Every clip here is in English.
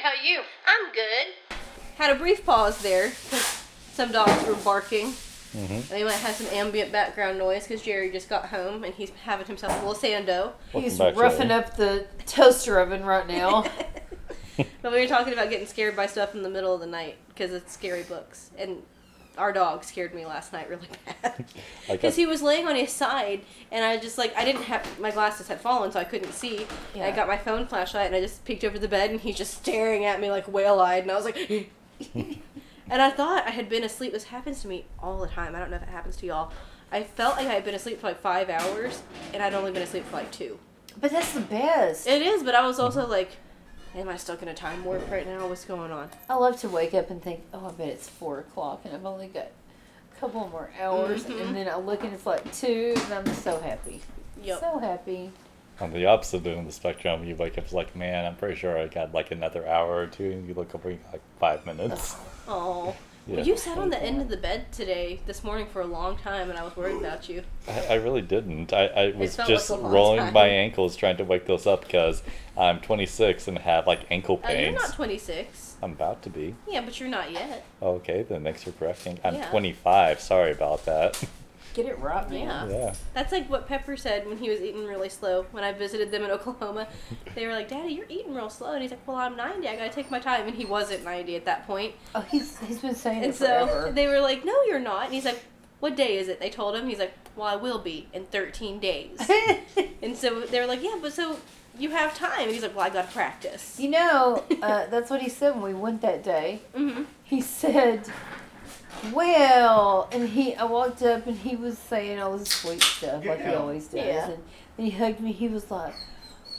about you? I'm good. Had a brief pause there because some dogs were barking. And they might have some ambient background noise because Jerry just got home and he's having himself a little sando. He's back, roughing Shelly. up the toaster oven right now. But we were talking about getting scared by stuff in the middle of the night because it's scary books. And our dog scared me last night really bad Like because I, he was laying on his side, and I just like I didn't have my glasses had fallen, so I couldn't see. And I Yeah. got my phone flashlight and I just peeked over the bed, and he's just staring at me like whale eyed, and I was like. And I thought I had been asleep. This happens to me all the time. I don't know if it happens to y'all. I felt like I had been asleep for like five hours, and I'd only been asleep for like two. But that's the best. It is, but I was also like, am I stuck in a time warp right now? What's going on? I love to wake up and think, oh, I bet it's four o'clock and I've only got a couple more hours. Mm-hmm. And then I look and it's like two, and I'm so happy. Yep. So happy. on the opposite end of the spectrum, you wake up it's like, man, I'm pretty sure I got like another hour or two, and you look up and you got, like five minutes. Oh. Yeah. Well, you sat on the end of the bed today, this morning, for a long time, and I was worried about you. I, I really didn't. I, I was felt just like a long rolling time. my ankles trying to wake those up because I'm 26 and have like ankle Uh, you're pains. not 26. I'm about to be. Yeah, but you're not yet. Okay, then thanks for correcting. I'm Yeah. 25. Sorry about that. Get it right, Yeah. man. yeah. That's like what Pepper said when he was eating really slow. When I visited them in Oklahoma, they were like, Daddy, you're eating real slow. And he's like, Well, I'm 90. I got to take my time. And he wasn't 90 at that point. Oh, he's, he's been saying And it forever. so they were like, No, you're not. And he's like, What day is it? They told him. He's like, Well, I will be in 13 days. And so they were like, yeah, but so you have time. And he's like, well, I got to practice. you know, uh, that's what he said when we went that day. Mm-hmm. He said, well, and he, I walked up and he was saying all this sweet stuff like he always does. Yeah. And then he hugged me. He was like,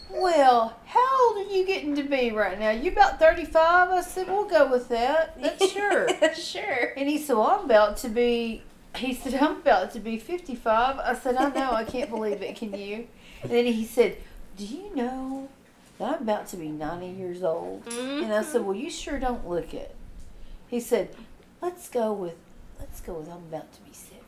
well, how old are you getting to be right now? You about 35? I said, we'll go with that. That's sure. sure. And he said, well, I'm about to be, he said, I'm about to be 55. I said, I know, I can't believe it, can you? And then he said, do you know that I'm about to be 90 years old? And I Mm-hmm. said, well, you sure don't look it. He said, let's go with, let's go with, I'm about to be 70.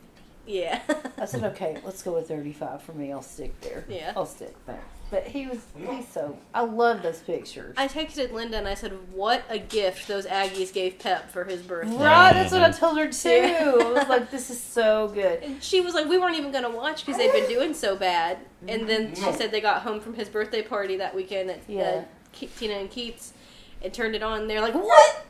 Yeah. I said, okay, let's go with 35 for me. I'll stick there. Yeah. I'll stick there. But he was, he's so, I love those pictures. I texted Linda and I said, what a gift those Aggies gave Pep for his birthday. Right, that's what I told her too. Yeah. I was like, this is so good. And she was like, we weren't even going to watch because they've been doing so bad. And then she said they got home from his birthday party that weekend at uh, Yeah. Ke- Tina and Keith's and turned it on. They're like, what?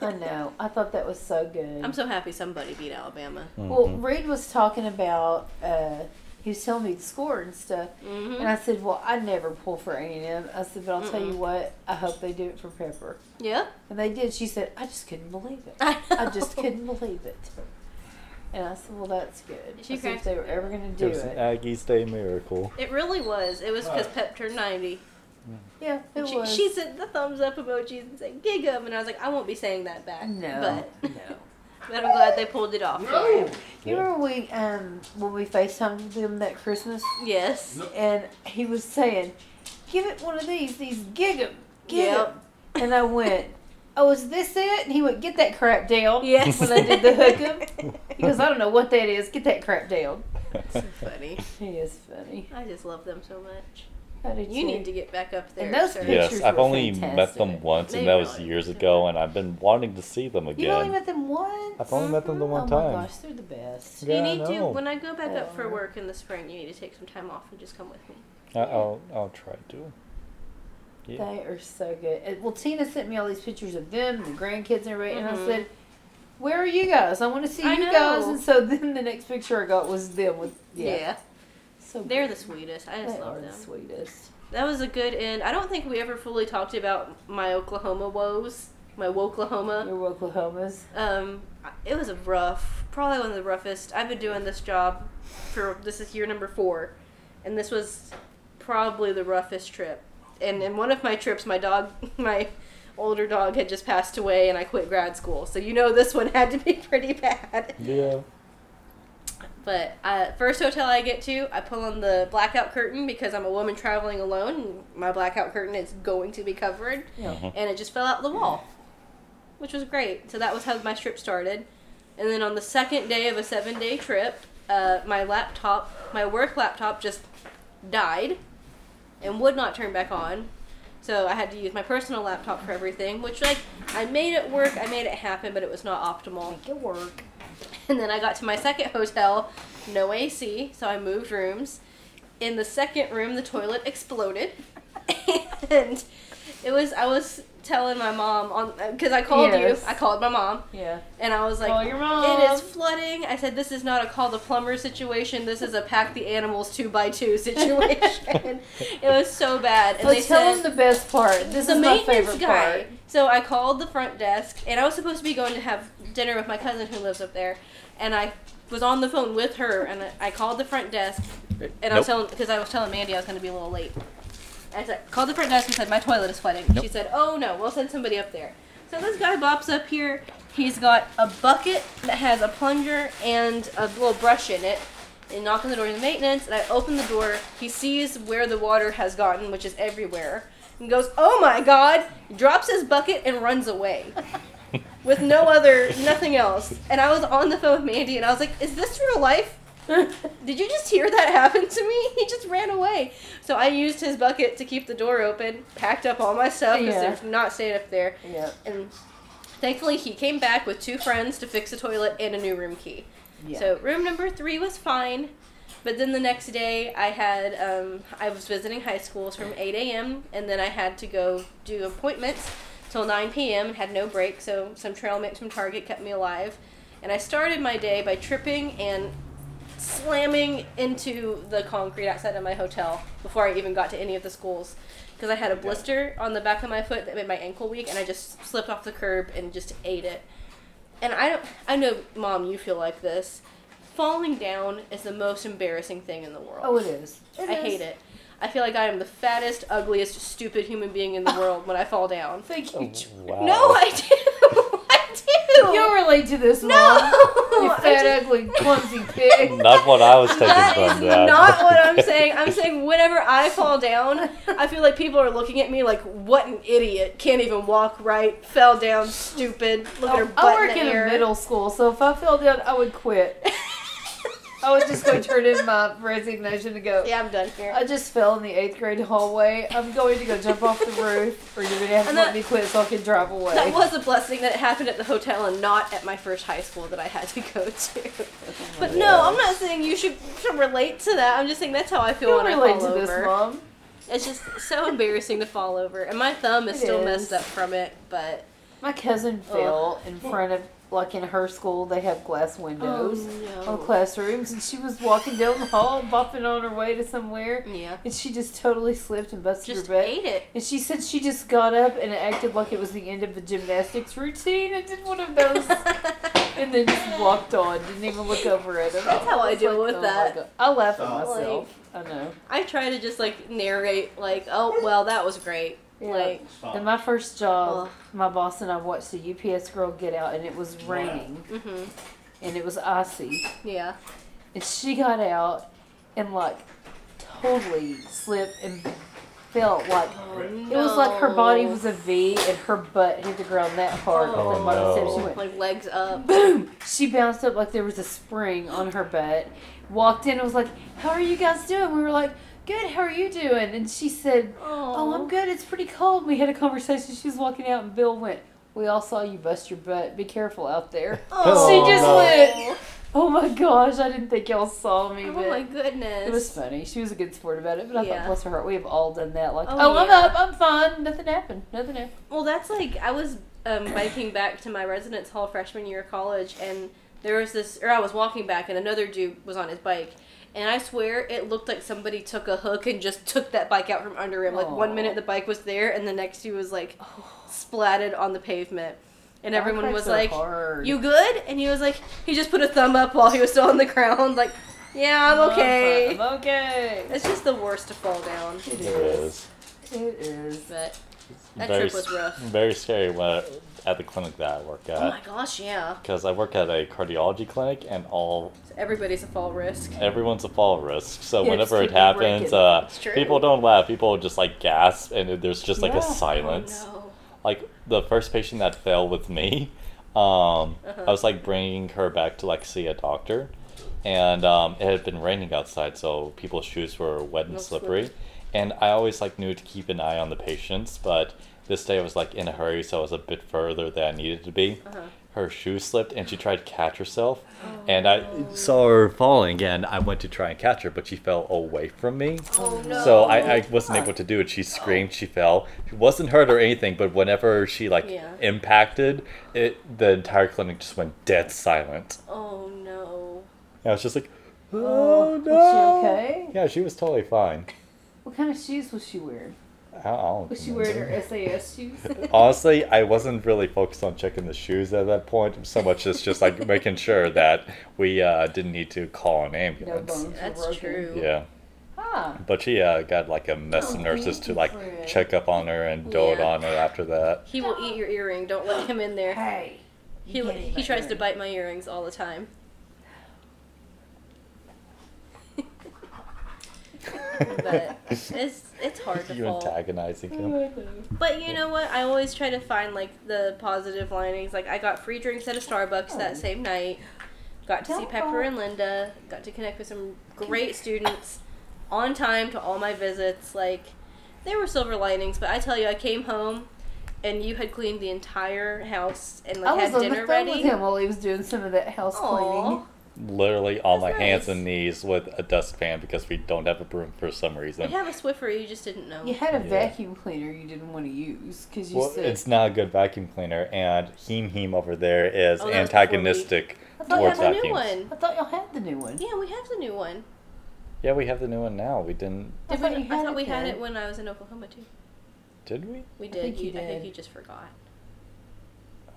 I know. I thought that was so good. I'm so happy somebody beat Alabama. Mm-hmm. Well, Reed was talking about. Uh, he was telling me the score and stuff, Mm-hmm. and I said, "Well, I never pull for A and M." I said, "But I'll tell you what. I hope they do it for Pepper." Yeah. And they did. She said, "I just couldn't believe it. I, I just couldn't believe it." And I said, "Well, that's good." She I said, if cracked they were ever going to It do was an it, Aggies Day miracle. It really was. It was because Pep turned 90. yeah, it She, was. she sent the thumbs up emojis and said "gigum," and I was like, I won't be saying that back. no, but, no. but I'm glad they pulled it off. No. You Yeah. remember we um when we Facetimed them that Christmas? Yes. and he was saying, "Give it one of these, these gig 'em, gig 'em." Yep. And I went, "Oh, is this it?" And he went, "Get that crap down." Yes. When they did the hook 'em, he goes, "I don't know what that is. Get that crap down." Funny. He is funny. I just love them so much. How did You need to get back up there. And those sir. pictures- yes, I've were only met fantastic. them once, and They that was really years were. ago, and I've been wanting to see them You only again. met them once. I've only met them the oh my one time. gosh, they're the best. Yeah, you I need to. know. When I go back up for Yeah. work in the spring, you need to take some time off and just come with me. I- I'll, I'll try to. Yeah. They are so good. And- Well, Tina sent me all these pictures of them, the grandkids, and everybody, and I Mhm. said. Where are you guys? I want to see I you guys. know. And so then the next picture I got was them with yeah. So They're good. the sweetest. I just They love are them. the sweetest. That was a good end. I don't think we ever fully talked about my Oklahoma woes. My Woklahoma. Your Oklahomas. Um, it was a rough, probably one of the roughest. I've been doing this job for this is year number four, and this was probably the roughest trip. And in one of my trips, my dog, my older dog, had just passed away, and I quit grad school. So you know this one had to be pretty bad. Yeah. But uh, first hotel I get to, I pull on the blackout curtain because I'm a woman traveling alone. And my blackout curtain is going to be covered, Yeah. and it just fell out the wall, which was great. So that was how my trip started. And then on the second day of a seven day trip, uh, my laptop, my work laptop, just died and would not turn back on. So I had to use my personal laptop for everything, which like I made it work, I made it happen, but it was not optimal. Make it work. And then I got to my second hotel, no AC, so I moved rooms. In the second room, the toilet exploded, and it was I was telling my mom on because I called Yes. you, I called my mom, Yeah. and I was like, Call your mom. it is flooding. I said, this is not a call the plumber situation. This is a pack the animals two by two situation. it was so bad. And But they tell said, them the best part. This the is my maintenance favorite guy. part. So I called the front desk, and I was supposed to be going to have dinner with my cousin who lives up there, and I was on the phone with her, and I- I called the front desk, and I was Nope. telling because I was telling Mandy I was going to be a little late. I said, called the front desk and said my toilet is flooding. Nope. She said, "Oh no, we'll send somebody up there." So this guy bops up here. He's got a bucket that has a plunger and a little brush in it. And knock on the door to maintenance, and I open the door. He sees where the water has gotten, which is everywhere, and goes, "Oh my God!" Drops his bucket and runs away, with no other, nothing else. And I was on the phone with Mandy, and I was like, "Is this real life? Did you just hear that happen to me? He just ran away. So I used his bucket to keep the door open, packed up all my stuff because Yeah. they're not staying up there. Yeah. And thankfully, he came back with two friends to fix the toilet and a new room key. Yeah. So room number three was fine. But then the next day, I had um, I was visiting high schools from 8 a.m. and then I had to go do appointments till 9 p.m. and had no break. So some trail mix from Target kept me alive, and I started my day by tripping and slamming into the concrete outside of my hotel before I even got to any of the schools because I had a blister on the back of my foot that made my ankle weak, and I just slipped off the curb and just ate it. And I don't, I know, Mom, you feel like this. Falling down is the most embarrassing thing in the world. Oh, it is. It I is. hate it. I feel like I am the fattest, ugliest, stupid human being Ah. in the world when I fall down. Thank you. Ch- Wow. No, I do. I do. You'll relate to this one. no. You I fat, do- ugly, clumsy pig. Not what I was taking That is from that. not what I'm saying. I'm saying whenever I fall down, I feel like people are looking at me like, "What an idiot! Can't even walk right. Fell down, stupid. Look at her Oh, butt I work in the in air." a middle school, so if I fell down, I would quit. I was just going to turn in my resignation to go. yeah, I'm done here. I just fell in the eighth grade hallway. I'm going to go jump off the roof, or you're going to have to And let that- me quit so I can drive away. That was a blessing that it happened at the hotel and not at my first high school that I had to go to. But no, I'm not saying you should, should relate to that. I'm just saying that's how I feel You'll when I relate fall to over. this, mom. It's just so embarrassing to fall over, and my thumb is It still is. messed up from it. But My cousin fell in front of, like in her school, they have glass windows Oh, no. on classrooms, and she was walking down the hall, bopping on her way to somewhere, yeah, and she just totally slipped and busted Mm. just her back. ate it. And she said she just got up and acted like it was the end of a gymnastics routine and did one of those and then just walked on. Didn't even look over at him. That's how I was deal with my that. God. I laugh at Oh. myself. I know. I try to just like narrate, like, oh well, that was great. Yeah. Like, Fine. In my first job, Ugh. my boss and I watched the UPS girl get out, and it was Wow. raining hmm and it was icy. yeah, And she got out and like totally slipped and felt like Oh, It was like her body was a V and her butt hit the ground that hard Oh, on the bottom step. She no. went, like legs up. boom! She bounced up like there was a spring on her butt. Walked in and was like, "How are you guys doing?" We were like, "Good. How are you doing?" And she said, "Oh, I'm good. It's pretty cold." We had a conversation. She was walking out, and Bill went, "We all saw you bust your butt. Be careful out there." Oh. She just went- Oh my gosh! I didn't think y'all saw me, but Oh my goodness. it was funny. She was a good sport about it. But I Yeah. thought, bless her heart, we have all done that. Like, oh, Oh, I'm yeah. up. I'm fine. Nothing happened. Nothing happened. Well, that's like I was um, biking back to my residence hall freshman year of college, and there was this, or I was walking back, and another dude was on his bike, and I swear it looked like somebody took a hook and just took that bike out from under him. Like Aw. one minute the bike was there, and the next he was like splatted on the pavement, and everyone was like, "You good?" And he was like, he just put a thumb up while he was still on the ground, like, "Yeah, I'm okay." I'm okay." It's just the worst to fall down, It It is. is. It is. but that very, trip was rough. very scary when, at the clinic that I work Oh my at. gosh, yeah. Because I work at a cardiology clinic and all Everybody's a fall risk. everyone's a fall risk. So Yeah, just whenever it keep on breaking. happens, uh, It's true. people don't laugh. People just like gasp, and it- there's just like Yeah. a silence. Oh, Like the first patient that fell with me, um, Uh-huh. I was like bringing her back to like see a doctor, and um, it had been raining outside, so people's shoes were wet and Not slippery. slippery. And I always like knew to keep an eye on the patients, but this day I was like in a hurry, so I was a bit further than I needed to be. Uh-huh. Her shoe slipped, and she tried to catch herself, and Oh. I saw her falling, and I went to try and catch her, but she fell away from me. Oh no. So I, I wasn't able to do it. She Oh. screamed. She fell. She wasn't hurt or anything, but whenever she like Yeah. impacted, it the entire clinic just went dead silent. Oh no. And I was just like, Oh, oh, was she no. okay? Yeah, she was totally fine. What kind of shoes was she wearing? I don't, I don't Was she remember. wearing her SAS shoes? Honestly, I wasn't really focused on checking the shoes at that point so much as just like making sure that we uh, didn't need to call an no bones. ambulance. were That's broken. true. Yeah. Huh. But she uh, got like a mess of Oh, nurses to thank like you for it. check up on her and dote Yeah. on her after that. He will eat your earring. Don't let him in there. Hey. He you li- can't eat my he tries to earring. bite my earrings all the time. But it's it's hard to you fall. antagonizing him. But you know what? I always try to find like the positive linings. Like I got free drinks at a Starbucks Oh. Uh-huh. that same night. Got to see Don't Pepper fall. and Linda. Got to connect with some great students. On time to all my visits. Like there were silver linings, but I tell you, I came home and you had cleaned the entire house and like I was had on dinner the phone ready. with him while he was doing some of that house Aw. cleaning. Literally on my That's nice. hands and knees with a dustpan because we don't have a broom for some We reason. have a Swiffer, you just didn't know. You had a Yeah. vacuum cleaner you didn't want to use because you Well, said it's not a good vacuum cleaner, and Heem Heem over there is Oh, that was before we- antagonistic I thought you towards had a vacuums. new one. I thought y'all had the new one. Yeah, we have the new one. Yeah, we have the new one now. We didn't, I Did thought we, you I had thought it we had then. it when I was in Oklahoma too. did we? We did. think you I think did. you just forgot. Oh.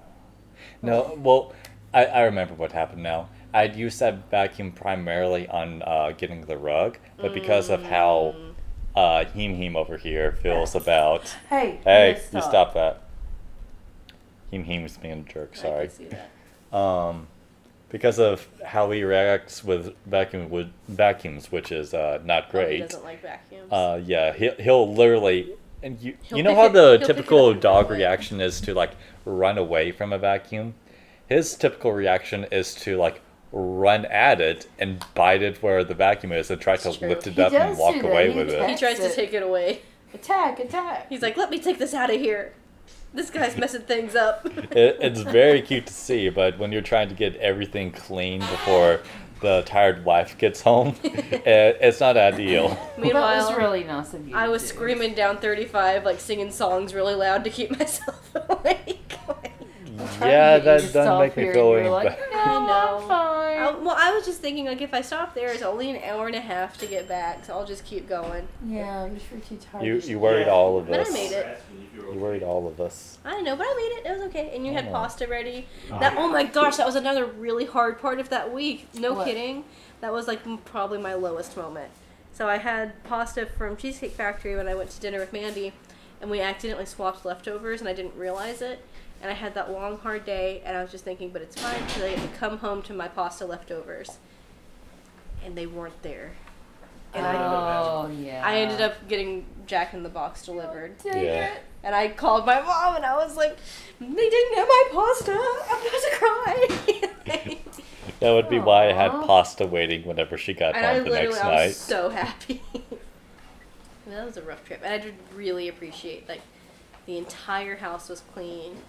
No. Well, I, I remember what happened now. I'd used that vacuum primarily on uh, getting the rug, but because of how Mm, uh, Heem Heem over here feels about, Hey, hey, let's you stop that. Heem Heem's being a jerk. I Sorry. can see that. um, because of how he reacts with vacuum with vacuums, which is uh, not Oh, He great. doesn't like vacuums. Uh, yeah, he'll, he'll literally and you He'll you know pick how it- the he'll pick it typical up and dog roll it. reaction is to like run away from a vacuum. His typical reaction is to like run at it and bite it where the vacuum is and try to That's true. lift it He up and does walk do that. away He with does. it. he tries to That's it. take it away. Attack! Attack! He's like, "Let me take this out of here. This guy's messing things up." it. It's very cute to see, but when you're trying to get everything clean before the tired wife gets home, it, it's not ideal. that Meanwhile, was really nice of you. I to was do. screaming down 35, like singing songs really loud to keep myself awake. Trying to get you Yeah, that to doesn't stop make me here, feel and any you're like, better. No, I know. I'm fine. I- Uh, well, I was just thinking, like, if I stop there, it's only an hour and a half to get back, so I'll just keep going. yeah, I'm sure too tired. You to you do worried that. all of But I us. made it. You worried all of us. I don't know, but I made it. It was okay. And you had Oh. pasta ready. That oh my gosh, that was another really hard part of that week. No What? kidding. That was like m- probably my lowest moment. So I had pasta from Cheesecake Factory when I went to dinner with Mandy, and we accidentally swapped leftovers, and I didn't realize it. And I had that long hard day, and I was just thinking, but it's fine because I get to come home to my pasta leftovers. And they weren't there. And I, Oh yeah. I ended up getting Jack in the Box delivered. Dang Yeah. it. And I called my mom and I was like, they didn't have my pasta. I'm about to cry. That would be why I had Aw. pasta waiting whenever she got and I home the literally, next I night. was so happy. that was a rough trip. And I did really appreciate, like, the entire house was clean,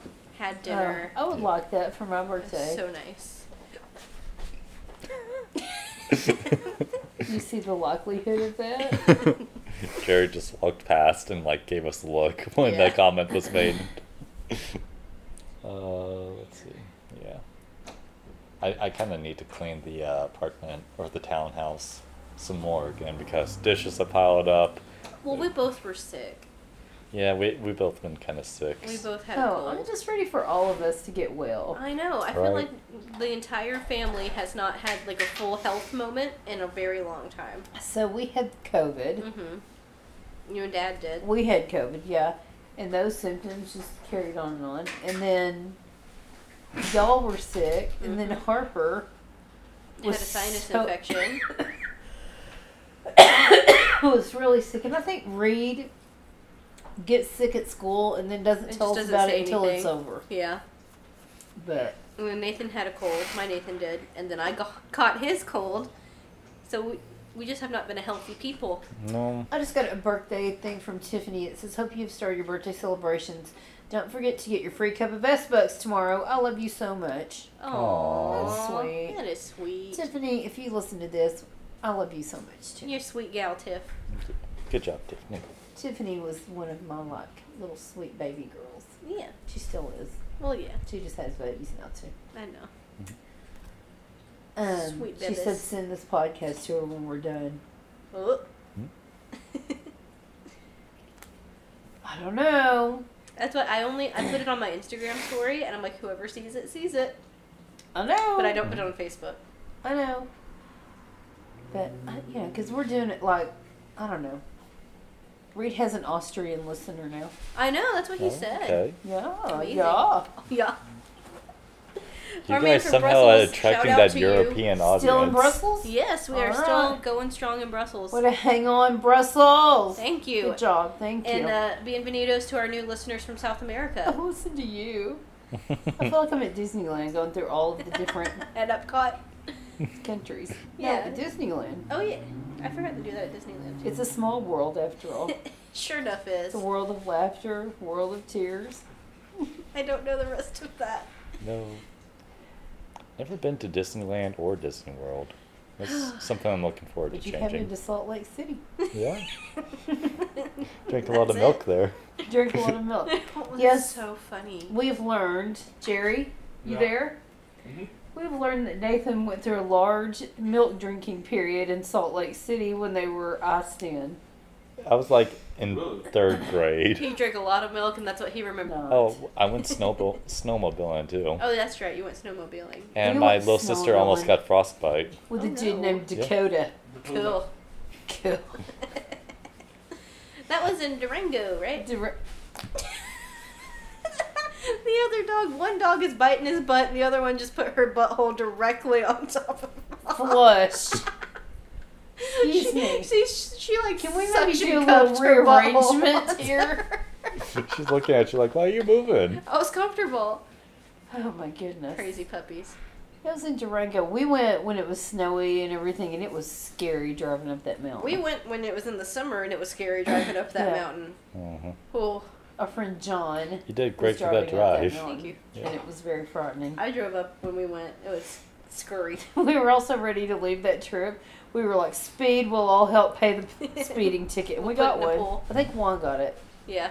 had dinner. Oh, I would like that for my It was birthday. so nice. you see the likelihood of that? Jared just walked past and like gave us a look when Yeah. that comment was made. uh, let's see. Yeah, I I kind of need to clean the uh, apartment or the townhouse some more again because dishes are piled up. well, we both were sick. Yeah, we we both been kind of sick. We both had a No, cold. Oh, I'm just ready for all of us to get well. I know. I feel like Right. the entire family has not had like a full health moment in a very long time. So we had COVID. Mm-hmm. You and Dad did. We had COVID, yeah, and those symptoms just carried on and on. And then y'all were sick, and then Harper Mm-hmm. had was a sinus so- infection. was really sick, and I think Reed gets sick at school and then doesn't And tell us just doesn't about say it until it's anything. over. Yeah. But And then Nathan had a cold. My Nathan did, and then I got, caught his cold. So we, we just have not been a healthy people. No. I just got a birthday thing from Tiffany. It says, Hope you've started your birthday celebrations. Don't forget to get your free cup of S Bucks tomorrow. I love you so much. Oh, Aw. That's sweet. That is sweet. Tiffany, if you listen to this, I love you so much too. You're a sweet gal, Tiff. Good job, Tiffany. Tiffany was one of my like little sweet baby girls. Yeah. She still is. Well, yeah. She just has babies now too. I know. Um, Sweet she said babies. send this podcast to her when we're done. Oh. Hmm? I don't know. That's what I only I put it on my Instagram story, and I'm like, whoever sees it sees it. I know. But I don't put it on Facebook. I know. But I- you know, because we're doing it like I don't know. Reed has an Austrian listener now. I know. That's what he said. Oh, Okay. Yeah, Amazing. yeah. Yeah. You Our man guys from somehow are Brussels, shout attracting out that to you. European audience. Still in Brussels? Yes, we are All still right. going strong in Brussels. Way to hang on, Brussels. Thank you. Good job. Thank And you. Oh, uh, bienvenidos to our new listeners from South I America listen to you. Hmm. I feel like I'm at Disneyland going through all of the different at Epcot. countries. Yeah. No, Disneyland. Oh yeah, I forgot to do that at Disneyland. Too. It's a small world after all. sure enough is. It's a world of laughter, world of tears. I don't know the rest of that. No. Never been to Disneyland or Disney World. That's something I'm looking forward But to you have changing. been to Salt Lake City. Yeah. Drink a lot of milk there. Drink a lot of milk. Yes. yes. So funny. We've learned, Jerry, you Yeah. there? Mhm. Mm-hmm. We've learned that Nathan went through a large milk drinking period in Salt Lake City when they were iced in. I was like in Really? third grade. He drank a lot of milk, and that's what he remembered. No. Oh, I went snowbo- snowmobiling too. Oh, that's right. You went snowmobiling. And You my went little sister almost snowmobiling. got frostbite. With Oh, a dude no. named Yeah. Dakota. Cool. Cool. that was in Durango, right? Dir- the other dog, one dog is biting his butt, and the other one just put her butthole directly on top of him. Flush. she, Excuse me. She, she, like Can we maybe suction do a cupped little her butthole rearrangement onto here? her. She's looking at you like, why are you moving? I was comfortable. Oh my goodness. Crazy puppies. That was in Durango. We went when it was snowy and everything, and it was scary driving up that mountain. We went when it was in the summer, and it was scary driving up that Yeah. mountain. Mhm. Oh, Our friend John. You did was great for that Mm-hmm. driving up drive. mountain, Thank you. And it was very frightening. I drove up when we went. It was scurry. we were also ready to leave that trip. We were like, "Speed will all help pay the speeding ticket," and we We'll got put it in the one. pool. I think Juan got it. Yeah.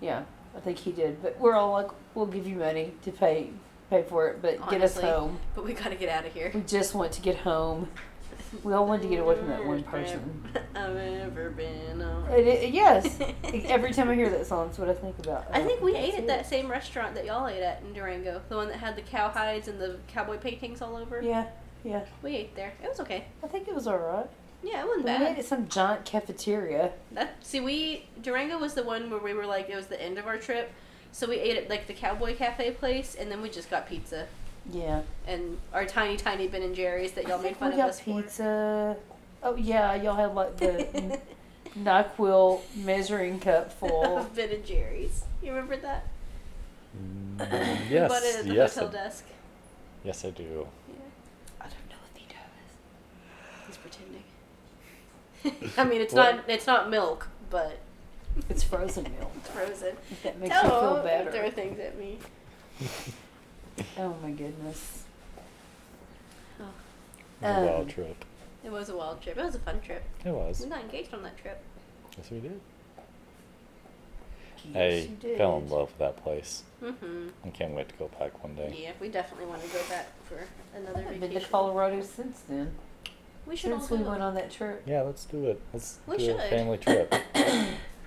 Yeah, I think he did. But we're all like, "We'll give you money to pay pay for it, but get us Honestly. home. But we gotta get out of here. We just want to get home. We all wanted to get away from that one person." I've never been. on- It, it, yes. Every time I hear that song, it's what I think about. I think we ate at that That's same restaurant that y'all ate at in Durango, the one that had the cow hides and the cowboy paintings all over. it. Yeah, yeah. We ate there. It was okay. I think it was alright. Yeah, it wasn't We ate bad. at some giant cafeteria. That see, we Durango was the one where we were like it was the end of our trip, so we ate at like the cowboy cafe place, and then we just got pizza Yeah. and our tiny tiny Ben and Jerry's that y'all I made think fun we of got us pizza. Oh yeah, y'all had like the for. NyQuil measuring cup full. ben and Jerry's. You remember that? Mm, We bought it yes, at the yes, hotel I, desk. yes, I do. I don't know if he does. He's pretending. I mean, it's not it's not milk, but It's frozen milk. it's frozen. If that makes you feel Don't throw better. things at me. Oh my goodness. Oh. It was a wild Um, trip. It was a wild trip. It was a fun trip. It We was. got engaged on that trip. Yes, we did. Yes, I you did. fell in love with that place. Mm-hmm. I can't wait to go back one day. Yeah, we definitely want to go back for I another haven't been vacation. to Colorado since then. We should Since all we go went on that trip. Yeah, let's do it. Let's We do a should. family trip.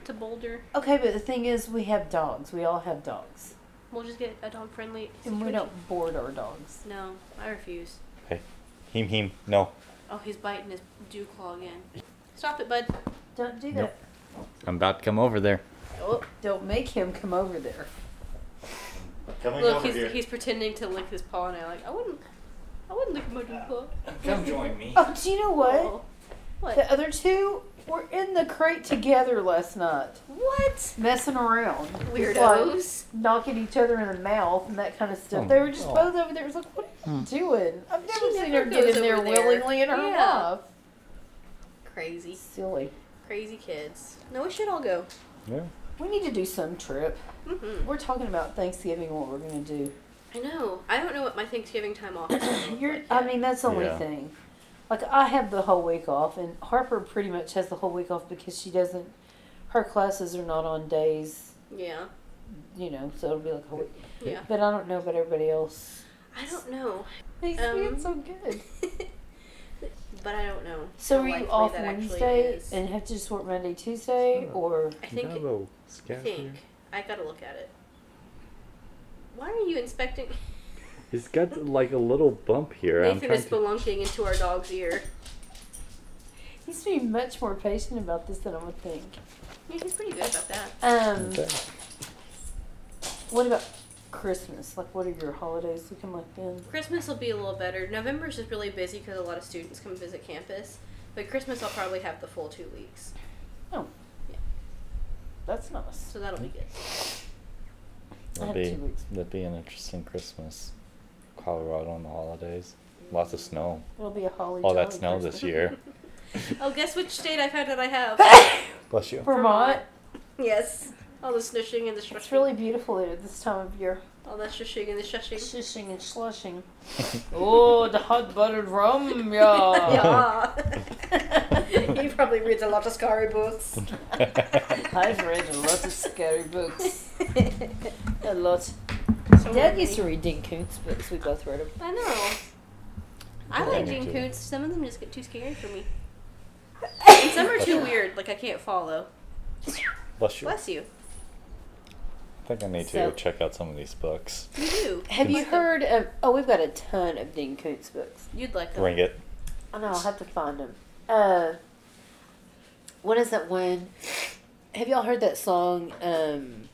to Boulder. Okay, but the thing is, we have dogs. We all have dogs, We'll just get a dog friendly. and we don't board our dogs. No, I refuse. hey, heem heem. No, Oh, he's biting his dew claw again. Stop it, bud. Don't do that. Nope. I'm about to come over there. Oh, Don't make him come over there. Coming look, over he's, here. he's pretending to lick his paw now. Like I wouldn't, I wouldn't lick my Ah. dew claw. Come join me. Oh, do you know what? uh, Oh. What? The other two were in the crate together last night, what? messing around. Just like Weirdos. knocking each other in the mouth and that kind of stuff. Oh, They were just oh. Hmm. both over there. It was like, what are you doing? I've never She seen never her get goes in there over there. willingly in her Yeah. life. Crazy. Silly. Crazy kids. No, we should all go. Yeah. We need to do some trip. Mm-hmm. We're talking about Thanksgiving, what we're gonna do. I know. I don't know what my Thanksgiving time off is. gonna look You're, like I yet. mean, that's the only Yeah. thing. Like I have the whole week off, and Harper pretty much has the whole week off because she doesn't. Her classes are not on days, Yeah. you know, so it'll be like a whole week. Yeah. But I don't know about everybody else. I don't know. He's Um, being so good. but I don't know. So how were you likely off that actually Wednesday is. and have to just work Monday, Tuesday, Sure. or I think. go I think. I gotta look at it. Why are you inspecting? He's got like a little bump here. Nathan is belunking into our dog's ear. he's being much more patient about this than I would think. Yeah, he's pretty good about that. Um, what about Christmas? Like, what are your holidays looking like then? Christmas will be a little better. November's just really busy because a lot of students come visit campus. But Christmas, I'll probably have the full two weeks, Oh, Yeah. that's nice. so that'll be good. I That'd have be, two weeks. that'd be an interesting Christmas. Colorado on the holidays. Lots of snow. It'll be a holiday. All that snow this year. Oh, guess which state I've had that I have? Bless you. Vermont. yes, all the snushing and the shushing. It's really beautiful there this time of year. all that shushing and the shushing. Shishing and slushing. Oh, the hot buttered rum, yeah. yeah. he probably reads a lot of scary books. I've read a lot of scary books. A lot. So Dad used many. to read Dean Koontz books. We both read them. I know. I like Yeah, me Gene too. Coots. Some of them just get too scary for me. And some are too weird, like I can't follow. Bless you. Bless you. I think I need to So- check out some of these books. You do. Have you Like them. heard of? Oh, we've got a ton of Dean Koontz books. You'd like them. Ring it. I know. I'll have to find them. Uh, what is that one? Have y'all heard that song? Um,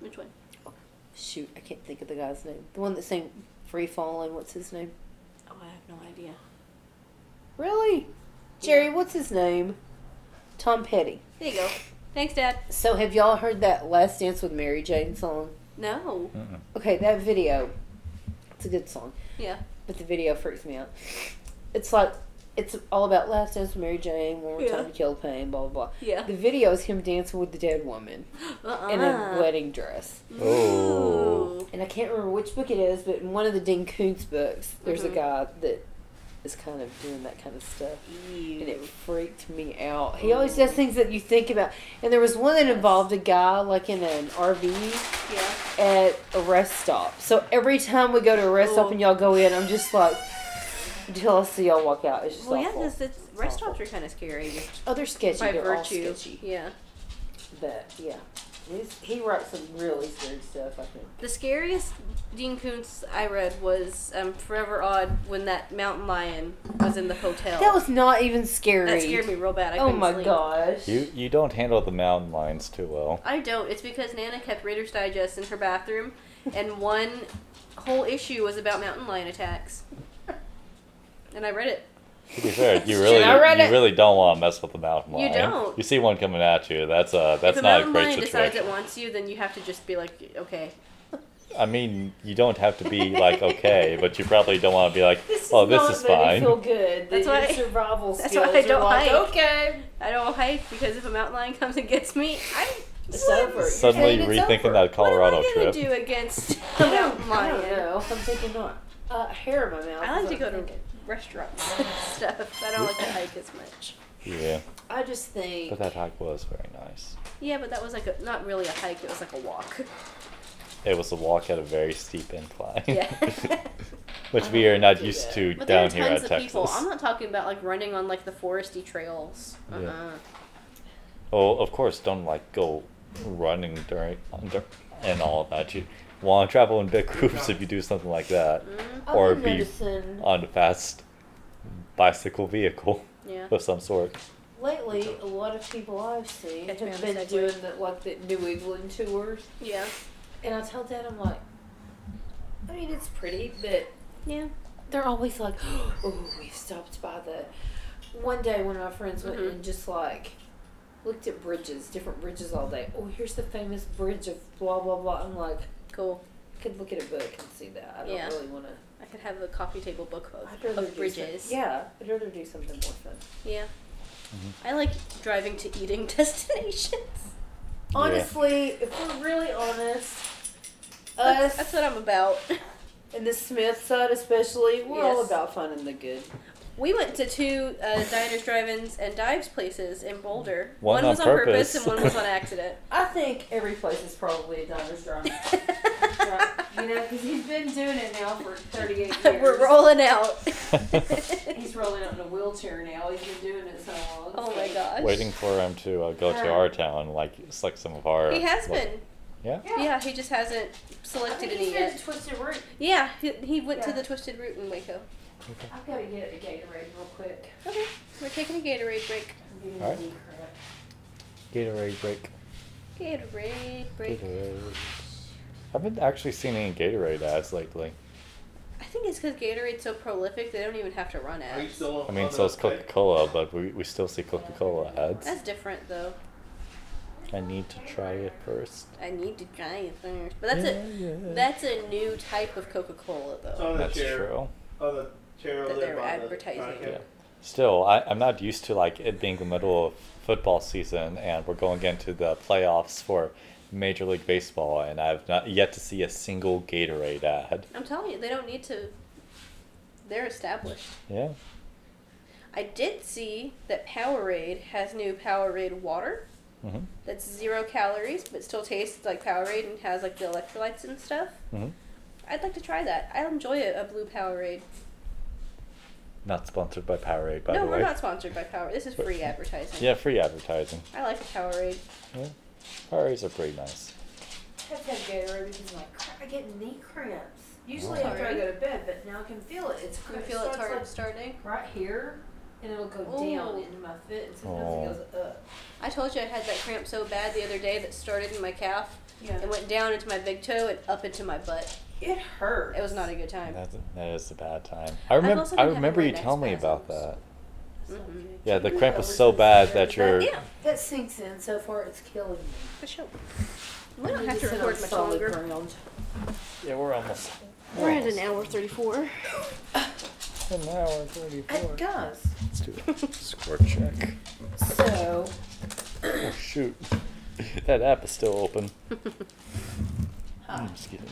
Which one? shoot, I can't think of the guy's name. The one that sang "Free Falling." What's his name? Oh, I have no idea. Really, Jerry? Yeah. What's his name? Tom Petty. There you go. Thanks, Dad. So, have y'all heard that "Last Dance with Mary Jane" song? No. Mm-mm. Okay, that video. It's a good song. Yeah. but the video freaks me out. It's like it's all about last dance with Mary Jane, one more Yeah. time to kill pain, blah blah blah. Yeah. The video is him dancing with the dead woman Uh-uh. in a wedding dress, Oh. and I can't remember which book it is, but in one of the Dean Koontz books, there's Mhm. a guy that is kind of doing that kind of stuff. Ew. And it freaked me out. He always does things that you think about. And there was one that involved a guy like in an RV Yeah. at a rest stop. So every time we go to a rest Oh. stop and y'all go in, I'm just like, until I see y'all walk out, it's just Well, yeah, awful. because the restaurants awful. are kind of scary. just Oh, they're sketchy. By they're virtue. all sketchy. Yeah. But yeah, He's, he writes some really scary stuff. I think. The scariest Dean Koontz I read was um, Forever Odd when that mountain lion was in the hotel. That was not even scary. That scared me real bad. I oh couldn't my sleep. gosh. You you don't handle the mountain lines too well. I don't. It's because Nana kept Reader's Digest in her bathroom, and one whole issue was about mountain lion attacks. And I read it. To be fair, you Should really I read it? you really don't want to mess with the mountain You lion. don't. You see one coming at you. That's uh that's if a not a mountain great lion decides situation. it wants you, then you have to just be like, okay. I mean, you don't have to be like okay, but you probably don't want to be like, This is oh, this not is made me fine. feel good. That's That why- your survival that's why skills I are don't like, hike. okay, I don't hike because if a mountain lion comes and gets me, I'm it's over. You're Suddenly saying it's rethinking over. that Colorado what am I gonna trip. do against a I don't, mountain I lion? don't know. I'm thinking not. Uh, hair in my mouth. I like is to what go I'm to thinking. restaurants and stuff. I don't like to hike as much. Yeah, I just think. but that hike was very nice. Yeah, but that was like a, not really a hike. It was like a walk. It was a walk at a very steep incline, Yeah. which we are I not do used that. to But down there here are tons at of Texas. people. I'm not talking about like running on like the foresty trails. Yeah. Uh-uh. Well, Oh, of course, don't like go running during under, and all of that. You want to travel in big groups if you do something like that, I've or been be noticing on a fast bicycle vehicle Yeah. of some sort. lately a lot of people I've seen Catch me on have the been Segway. doing the, like the New England tours, Yeah. and I tell Dad I'm like, I mean it's pretty, but Yeah. they're always like, oh, we've stopped by the. One day, one of my friends went Mhm. and just like looked at bridges, different bridges all day. Oh, here's the famous bridge of blah blah blah. I'm like, Cool. I could look at a book and see that. I don't Yeah. really want to. I could have a coffee table book of, I'd rather of do bridges. Some, yeah, I'd rather do something more fun. Yeah. Mm-hmm. I like driving to eating destinations. Honestly, if we're really honest, That's, us that's what I'm about. and the Smith side especially, we're all Yes. about finding the good. We went to two uh, diners, drive-ins, and dives places in Boulder. One on was on purpose. purpose. and one was on accident. I think every place is probably a diner's drunk. you know, because he's been doing it now for 38 years. We're rolling out. He's rolling out in a wheelchair now. He's been doing it so long. oh my gosh. Waiting for him to uh, go to our town, like it's like some of our. He has like- been. Yeah. Yeah. Yeah, he just hasn't I selected think any he's been yet. to Twisted Root. Yeah, he, he went to Yeah. the Twisted Root in Waco. I've got to get a Gatorade real quick. Okay, we're taking a Gatorade break. I'm getting All right. knee cramp. Gatorade break. Gatorade break. Gatorade. I haven't actually seen any Gatorade ads lately. I think it's because Gatorade's so prolific they don't even have to run Are you ads. still on I mean, on so the- it's Coca Cola, but we, we still see Coca Cola ads. That's different though. I need to try it first. I need to try it first. But that's a Yeah, yeah. that's a new type of Coca Cola It's though. on the That's chair. true. On oh, the chair over That there they're by the advertising. front Yeah. camera. Still, I, I'm not used to like it being the middle of football season and we're going into the playoffs for Major League Baseball, and I've not yet to see a single Gatorade ad. I'm telling you, they don't need to. They're established. Yeah. I did see that Powerade has new Powerade water Mhm. that's zero calories but still tastes like Powerade and has like the electrolytes and stuff. Mhm. I'd like to try that. I enjoy a, a blue Powerade. Not sponsored by Powerade, by no, the we're way. not sponsored by Powerade. This is free advertising. Yeah, free advertising. I like a Powerade. Yeah. Powerades are pretty nice. I've had Gatorade because I'm like, crap, I get knee cramps. Usually after I Sorry. go to bed, but now I can feel it. It's I cra- feel it starts, start like, starting. right here, and it'll go Ooh. down into my foot, and sometimes Oh. it goes up. I told you I had that cramp so bad the other day that started in my calf Yeah, and went down into my big toe and up into my butt. it hurts. It was not a good time. That's, that is a bad time. I I've remember. also been I having remember you my neck telling me about that. spasms. Mhm. Yeah, the Ooh, cramp that was was so so bad scary. that your yeah, That sinks in so far. It's killing me. for sure. We I don't need have to sit on record much solid longer. Ground. yeah, we're almost We're at an hour 34. an hour and thirty Hey, guys, Let's do a score check. so Oh, shoot, that app is still open. I'm just kidding.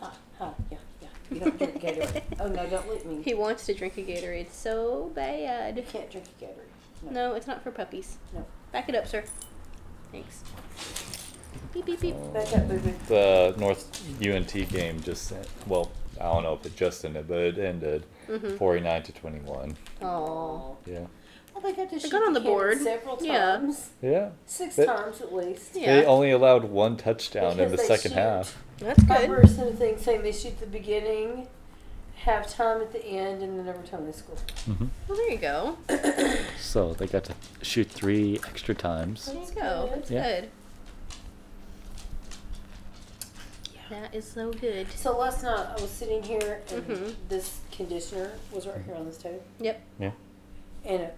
Huh, huh, oh, yeah, yeah. You don't drink Gatorade. oh no, don't look at me. He wants to drink a Gatorade so bad. You can't drink a Gatorade. No. No, it's not for puppies. No. Back it up, sir. Thanks. Beep, beep, beep. Back up, boo boo. The North UNT game just en- well, I don't know if it just ended, but it ended Mm-hmm. forty-nine to twenty-one. Oh. Yeah, Well, they got to shoot got on the cannon board. several Yeah. times. yeah. Six They- times at least. They Yeah. only allowed one touchdown in Because the they second shoot. half. That's I good. remember some things saying they shoot the beginning, halftime at the end, and then every time they score. Well, there you go. Mm-hmm. So they got to shoot three extra times. There you go. That's Yeah. good. That is so good. So last night I was sitting here, and Mhm. this conditioner was right here on this table, Yep. Yeah. and it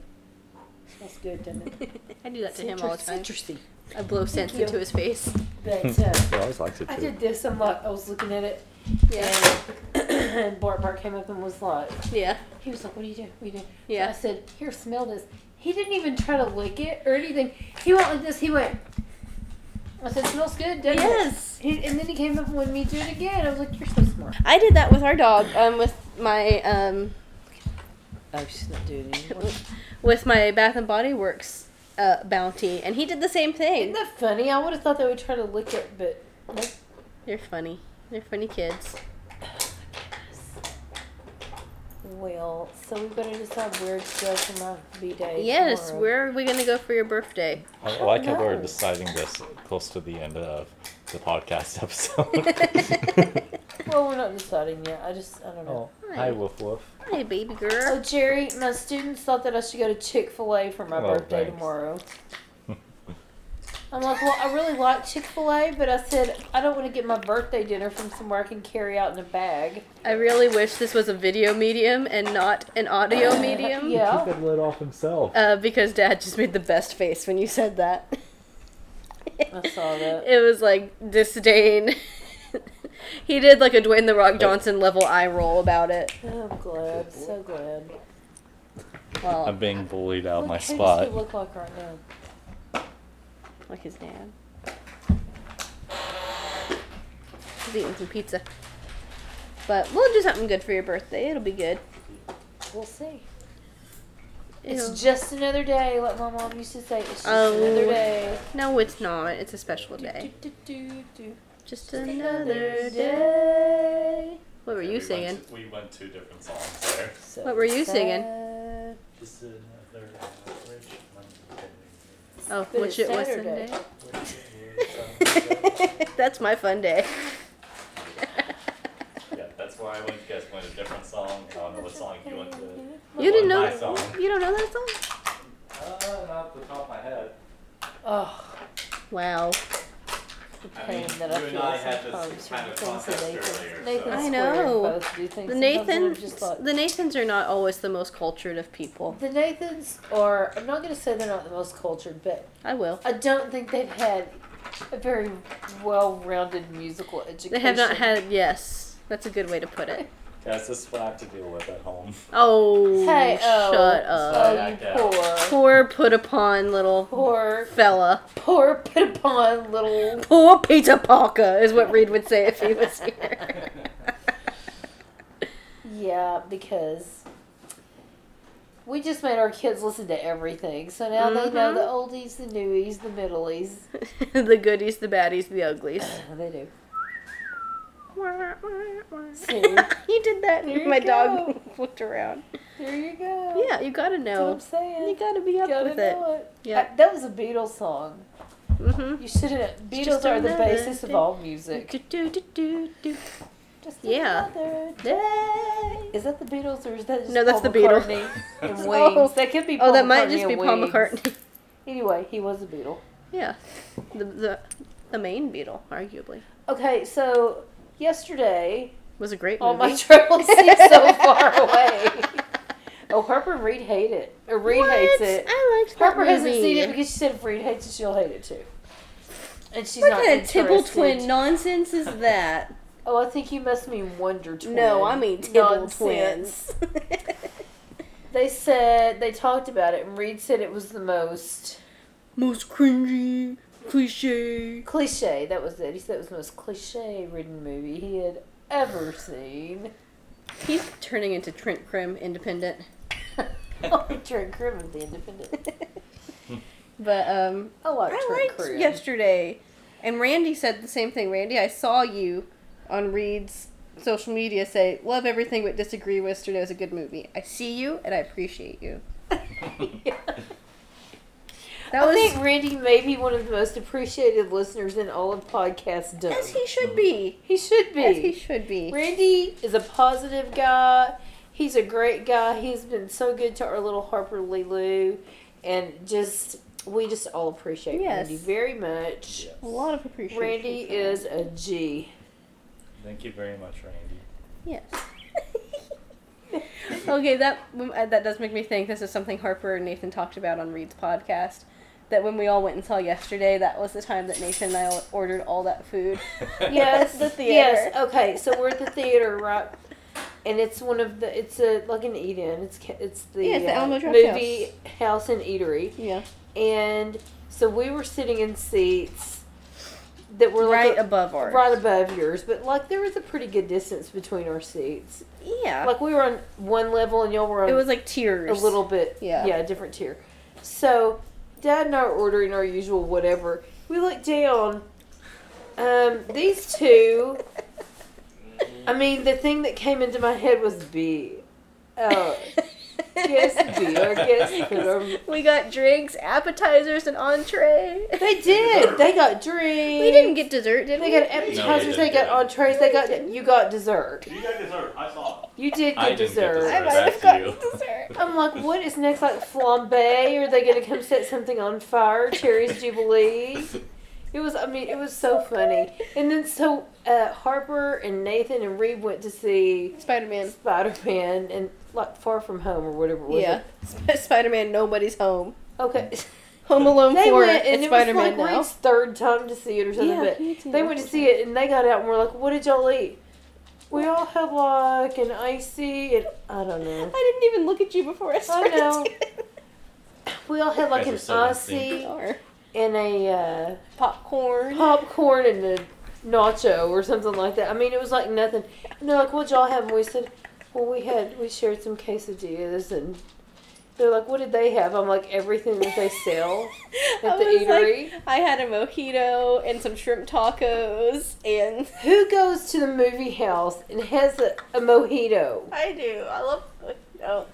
smells good, doesn't it? I do that to him all the time. Citrusy. I blow scents you. into his face. But uh, I always liked it I too. did this. I'm like, I was looking at it, Yeah. and Bart Bart came up and was like, Yeah. he was like, "What do you do? What do you do?" So Yeah. I said, "Here, smell this." He didn't even try to lick it or anything. He went like this. He went. I said, "Smells good, doesn't Yes. it?" He, and then he came up and wanted me to do it again. I was like, "You're so smart." I did that with our dog. Um, with my um, Oh, she's not doing it with my Bath and Body Works uh, bounty, and he did the same Isn't thing. that funny? I would have thought they would try to lick it, but They're funny. They're funny kids. well. So we've got to decide where to go for my B day. Yes. tomorrow. Where are we gonna go for your birthday? I I like how we're know. deciding this close to the end of the podcast episode. Well, we're not deciding yet. I just I don't know. oh, hi, Woof Woof. Hi, baby Oh, girl. Jerry, my students thought that I should go to Chick fil A for my Well, birthday Oh, thanks. tomorrow. I'm like, well, I really like Chick fil A, but I said, I don't want to get my birthday dinner from somewhere I can carry out in a bag. I really wish this was a video medium and not an audio medium. Yeah. Keep it lit off himself. Uh, because Dad just made the best face when you said that. I saw that. It was like disdain. he did like a Oh, Dwayne the Rock Johnson level eye roll about it. I'm glad, so glad. Oh. Well, I'm being bullied out of Look, my who spot. Does he look like right now? Like his dad. He's eating some pizza. But we'll do something good for your birthday. It'll be good. We'll see. Ew. It's just another day, like my mom used to say. It's just Oh. another day. no, it's not. It's a special day. Do, do, do, do. Just another day. day. What were Yeah, you we went singing? to- we went two different songs there. So What were you singing? sad. Just another average Monday. Oh, But which it's it was Saturday. Sunday. Which is, um, That's my fun day. Yeah, that's why I went. You guys went a different song. I don't know what song you went to. you didn't know. My song. You don't know that song? Uh, not off the top of my head. Oh, Wow. the I mean, pain you that I and feel I had sometimes this from kind the of things that contest they earlier. Nathan so. I Square know. both do things. The Sometimes I'm Nathans, just like, the Nathans are not always the most cultured of people. The Nathans are, I'm not going to say they're not the most cultured, but I will. I don't think they've had a very well rounded musical education. They have not had. Yes, that's a good way to put it. Guys, this is what I have to deal with at home. Oh, Hey, oh. shut up. Oh, Sorry, you I poor, Poor put upon little poor, fella. poor put upon little. Poor Peter Parker is what Reed would say if he was here. Yeah, because we just made our kids listen to everything. So now they know Mhm. the oldies, the newies, the middleies. the goodies, the baddies, the uglies. they do. See? you did that, There and my you dog looked around. There you go. Yeah, you gotta That's what know. I'm saying. You gotta be up Gotta with it. know it. Yeah. I- that was a Beatles song. Mm-hmm. You just shouldn't. Beatles are the another basis of day. all music. Just Yeah. another day. Is that the Beatles or is that just No, that's Paul the Beatles. McCartney and Wings? Oh. that could be. Paul Oh, that might McCartney just be and Paul Wings. McCartney. Anyway, he was a Beatle. Yeah, the the the main Beatle, arguably, Okay, so yesterday was a great movie. all my travels seem so far away. Oh, Harper and Reed hate it. Or Reed What? hates it. I liked that Harper hasn't movie. seen it because she said if Reed hates it, she'll hate it too. And she's what not kind of Tibble interested. twin nonsense is that? Oh, I think you must mean Wonder Twin. no, I mean Tibble Nonsense. twins. They said they talked about it, and Reed said it was the most Most cringy cliche. cliche. That was it. He said it was the most cliche-ridden movie he had ever seen. He's turning into Trent Krim, independent. Oh, Trent Krim of the Independent. But um, I like I Trent liked Krim. yesterday, and Randy said the same thing. Randy, I saw you on Reed's social media say, "Love everything but disagree with yesterday was a good movie." I see you, and I appreciate you. That I was think Randy may be one of the most appreciated listeners in all of podcast dumb. as he should be. He should be. As he should be. Randy is a positive guy. He's a great guy. He's been so good to our little Harper Lee Lou. And just, we just all appreciate Yes. Randy very much. A lot of appreciation. Randy for him. is a G. Thank you very much, Randy. Yes. okay, that um, uh, that does make me think this is something Harper and Nathan talked about on Reed's podcast. That when we all went and saw yesterday, that was the time that Nathan and I o- ordered all that food. Yes, The theater. Yes, okay, so we're at the theater, right? And it's one of the, it's a like an eat-in. It's ca- it's the, Yeah, it's the uh, Alamo Draft movie house and eatery. Yeah, And so we were sitting in seats that were like right a- above ours. right above yours, but like there was a pretty good distance between our seats. yeah, Like we were on one level and y'all were on it was like tears. a little bit, Yeah. yeah, a different tier. So Dad and I are ordering our usual whatever. We look down. Um, these two. I mean, the thing that came into my head was B. Oh, guess B or guess B. Or... we got drinks, appetizers, and entree. They did. They got drinks. We didn't get dessert, did we? They got appetizers. they got entrees. They got you got dessert. You got dessert. I saw. You did get I didn't get dessert. dessert. I might have That's you. gotten dessert. I'm like, what is next? Like flambe? Are they gonna come set something on fire? Cherry's Jubilee. It was. I mean, it was so funny. And then so uh, Harper and Nathan and Reed went to see Spider Man. Spider Man and like Far From Home or whatever. it Was Yeah, Sp- Spider Man. Nobody's home. Okay. Home Alone They Four. went and it's it was Spider Man like now. Reed's third time to see it or something. Yeah, but me too, they went to see it and they got out and were like, "What did y'all eat?" We all had like an icy, and I don't know. I didn't even look at you before I started. know. We all had like guys an are so in icy Sorry. and a uh, Popcorn. popcorn and a nacho or something like that. I mean, it was like nothing. And they're like, "What y'all have?" And we said, "Well, we had we shared some quesadillas." And they're like, "What did they have?" I'm like, "Everything that they sell." I At the was like- eatery? I had a mojito and some shrimp tacos, and Who goes to the movie house and has a, a mojito? I do. I love mojito.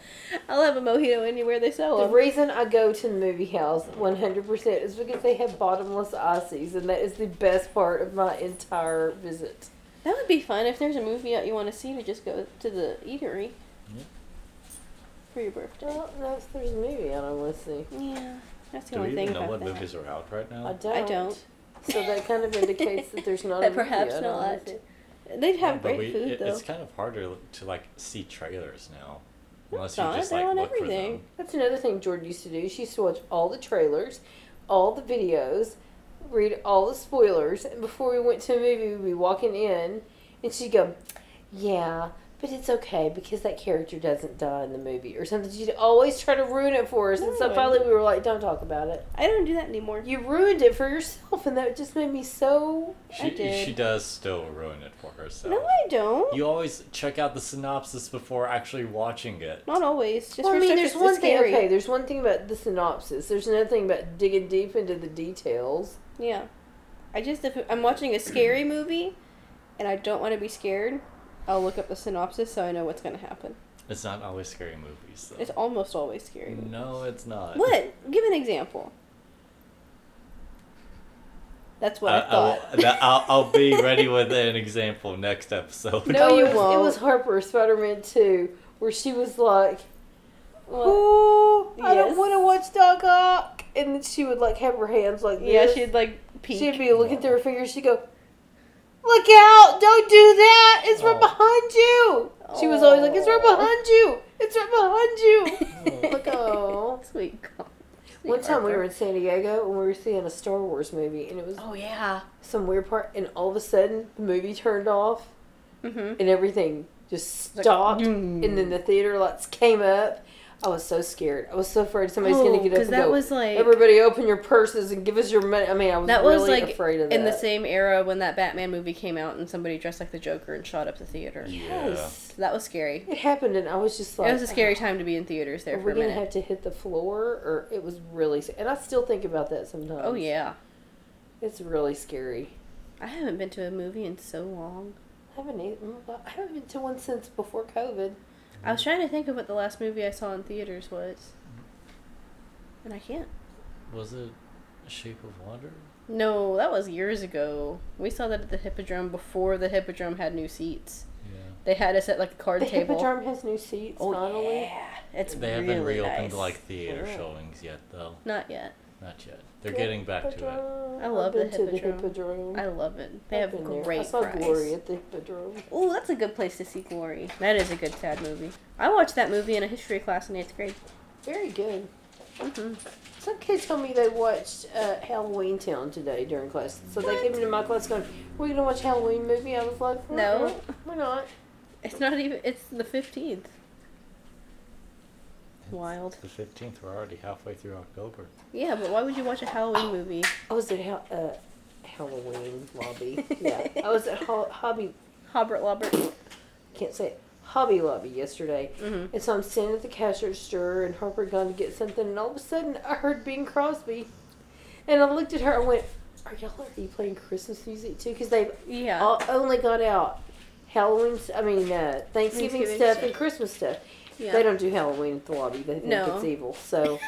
I love a mojito anywhere they sell The them. reason I go to the movie house 100% is because they have bottomless ices, and that is the best part of my entire visit. That would be fun if there's a movie out you want to see to just go to the eatery Yeah. for your birthday. Well, no, if there's a movie I don't want to see. Yeah, that's the Do we only even thing know about what that. movies are out right now? I don't. I don't. So that kind of indicates that there's not That a movie perhaps I not. don't want to- They'd have Yeah, but great we- food it- though. It's kind of harder to like see trailers now, No, unless it's you not. just They're like on look everything. That's another thing Jordan used to do. She used to watch all the trailers, all the videos, read all the spoilers, and before we went to a movie, we'd be walking in, and she'd go, "Yeah, but it's okay because that character doesn't die in the movie or something." She'd always try to ruin it for us, and so No. finally we were like, "Don't talk about it. I don't do that anymore. You ruined it for yourself," and that just made me so. for them. She she did. does still ruin it for herself. No, I don't. You always check out the synopsis before actually watching it. Not always. Just Well, for I mean, stuff there's that's one scary. thing. Okay, there's one thing about the synopsis. There's another thing about digging deep into the details. Yeah. I just if I'm watching a scary movie and I don't want to be scared, I'll look up the synopsis so I know what's going to happen. It's not always scary movies. Though. It's almost always scary. movies. no, it's not. What? Give an example. That's what I, I- I will- thought. that- I'll, I'll be ready with an example next episode. No, you it was, won't. It was Harper Spider Man Two, where she was like, "Oh, Yes. I don't want to watch Doc Ock," and then she would like have her hands like yeah, this. she'd like peek. she'd be looking through her fingers. She'd go, "Look out! Don't do that! It's right Oh. behind you!" She was always like, "It's right Oh. behind you! It's right behind you!" Look, oh. Sweet God. Sweet One time we Harper. were in San Diego and we were seeing a Star Wars movie, and it was Oh yeah. some weird part, and all of a sudden the movie turned off. Mhm. and everything just Like, stopped "Mm." and then the theater lights came up i was so scared i was so afraid somebody's Oh, gonna get up 'cause and that go was like everybody open your purses and give us your money i mean i was that really was like afraid of that in the same era when that Batman movie came out and somebody dressed like the Joker and shot up the theater. yeah. That was scary. it happened and i was just like it was a scary time to be in theaters there are for we a gonna minute. have to hit the floor or it was really sc- and i still think about that sometimes oh yeah, it's really scary I haven't been to a movie in so long. I haven't, even, I haven't been to one since before COVID. I was trying to think of what the last movie I saw in theaters was, and I can't. Was it Shape of Water? No, that was years ago. We saw that at the Hippodrome before the Hippodrome had new seats. Yeah. They had us at like a card The table. Hippodrome has new seats, oh finally. yeah, it's They really haven't reopened nice. like theater Yeah. showings yet, though. Not yet. Not yet. They're getting back to it. Hippodrome. I love I've the been to Hippodrome. Hippodrome. I love it. They have I've been there. I great saw fries. Glory at the Hippodrome. Oh, that's a good place to see Glory. That is a good sad movie. I watched that movie in a history class in eighth grade. Very good. Mm-hmm. hmm Some kids told me they watched uh, Halloween Town today during class. So they came into my class going, "We're gonna watch Halloween movie." I was like, No. "Mm-mm, we're not." It's not even. It's the fifteenth. Wild. The 15th, we're already halfway through October. Yeah, but why would you watch a Halloween movie? I was at ha- uh, Halloween lobby. yeah, I was at ho- Hobby. Hobbit Lobbert. Can't say it. Hobby Lobby yesterday, Mhm. and so I'm standing at the cash register, and Harper gone to get something, and all of a sudden I heard Bing Crosby, and I looked at her. I went, "Are y'all already playing Christmas music too?" Because they've Yeah. all, only got out Halloween. I mean, uh, Thanksgiving, Thanksgiving stuff stuff. and Christmas stuff. yeah. They don't do Halloween at the lobby. They think No. it's evil. So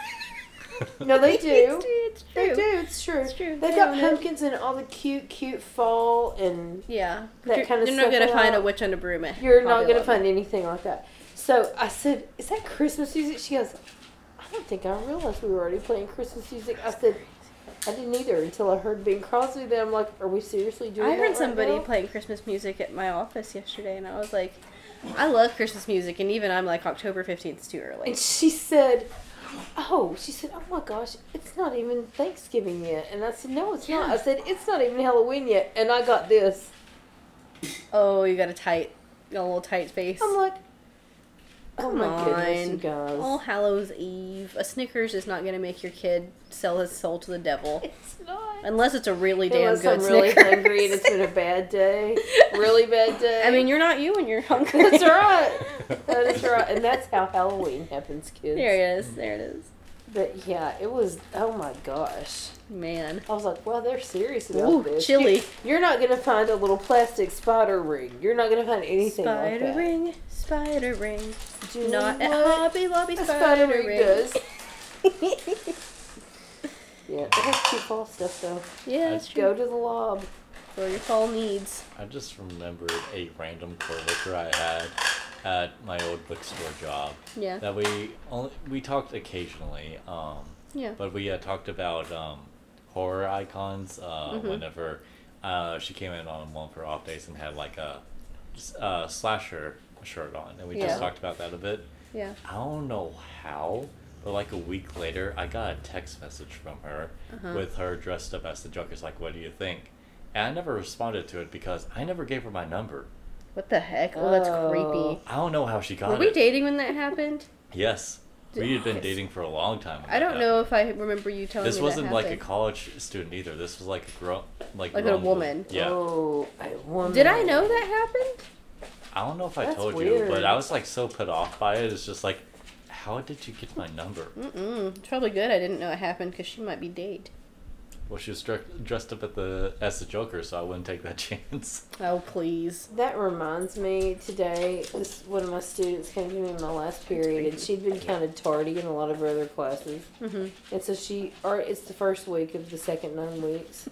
no, they do. It's, true. They do. It's true. It's true. They've They got own it. pumpkins and allll the cute, cute fall, and Yeah. That you're, kinda you're not stuff gonna find a out. witch under broom at you're not Hobby gonna Lobby. find anything like that. So I said, "Is that Christmas music?" She goes, "I don't think I realized we were already playing Christmas music." I said. I didn't either until I heard Bing Crosby. Then I'm like, "Are we seriously doing?" I that right heard somebody now?" playing Christmas music at my office yesterday, and I was like, I love Christmas music, and even I'm like October fifteenth is too early. And she said, Oh, she said, Oh my gosh, it's not even Thanksgiving yet. And I said, No, it's not. I said, It's not even Halloween yet. And I got this. Oh, you got a tight. a little tight space. I'm like, oh Come my goodness, you on. Oh, guys. All Hallows Eve. A Snickers is not going to make your kid sell his soul to the devil. It's not. Unless it's a really damn Unless good I'm really Snickers. hungry and it's been a bad day, really bad day. I mean, you're not you when you're hungry. that's right. That is right, and that's how Halloween happens, kids. There it is. There it is. But yeah, it was. Oh my gosh, Man. I was like, wow, they're serious about Ooh, this. chili. You, are not gonna find a little plastic spider ring. You're not gonna find anything like Spider that. ring. Spider ring. Do you Not know at what Hobby Lobby. a Spider, spider ring ring. does? Yeah, it has cute fall stuff though. yeah, that's true. Go to the lob. For your fall needs. I just remembered a random coworker I had at my old bookstore job Yeah. that we only we talked occasionally, um, Yeah. but we uh, talked about um, horror icons uh, Mhm. whenever uh, she came in on one of her off days and had like a, s- uh slasher shirt on, and we Yeah. just talked about that a bit. Yeah. I don't know how, but like a week later, I got a text message from her Uh-huh. with her dressed up as the Joker's like, "What do you think?" And I never responded to it because I never gave her my number. What the heck? Oh, that's creepy. Oh. I don't know how she got Were it. we dating when that happened? Yes, we had been Yes. dating for a long time. when I that don't know happened. if I remember you telling This me wasn't that like a happened. college student either. This was like a grown, like, Like a grown woman. Yeah, Oh, a woman. Did I know that happened? I don't know if I That's told you, weird. but I was like so put off by it. It's just like, how did you get my number? Mm. Mm-mm. It's probably good I didn't know it happened because she might be dead. Well, she was dre- dressed up at the as the Joker, so I wouldn't take that chance. Oh, please. That reminds me today, this, one of my students came to me in my last period, and she'd been kind of tardy in a lot of her other classes. Mm-hmm. And so she, or it's the first week of the second nine weeks.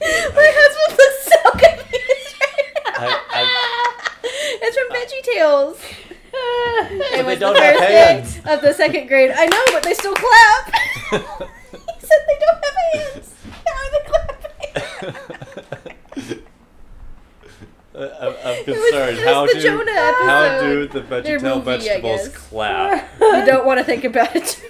My husband looks so confused. I- it's from Veggie Tales. But they it was don't the have first hands. day of the second grade. I know, but they still clap. he said they don't have hands. How are they clapping? I- I- I'm was- concerned. it was how the do Jonah how episode. do the Their vegetal movie, I vegetables guess. clap? you don't want to think about it.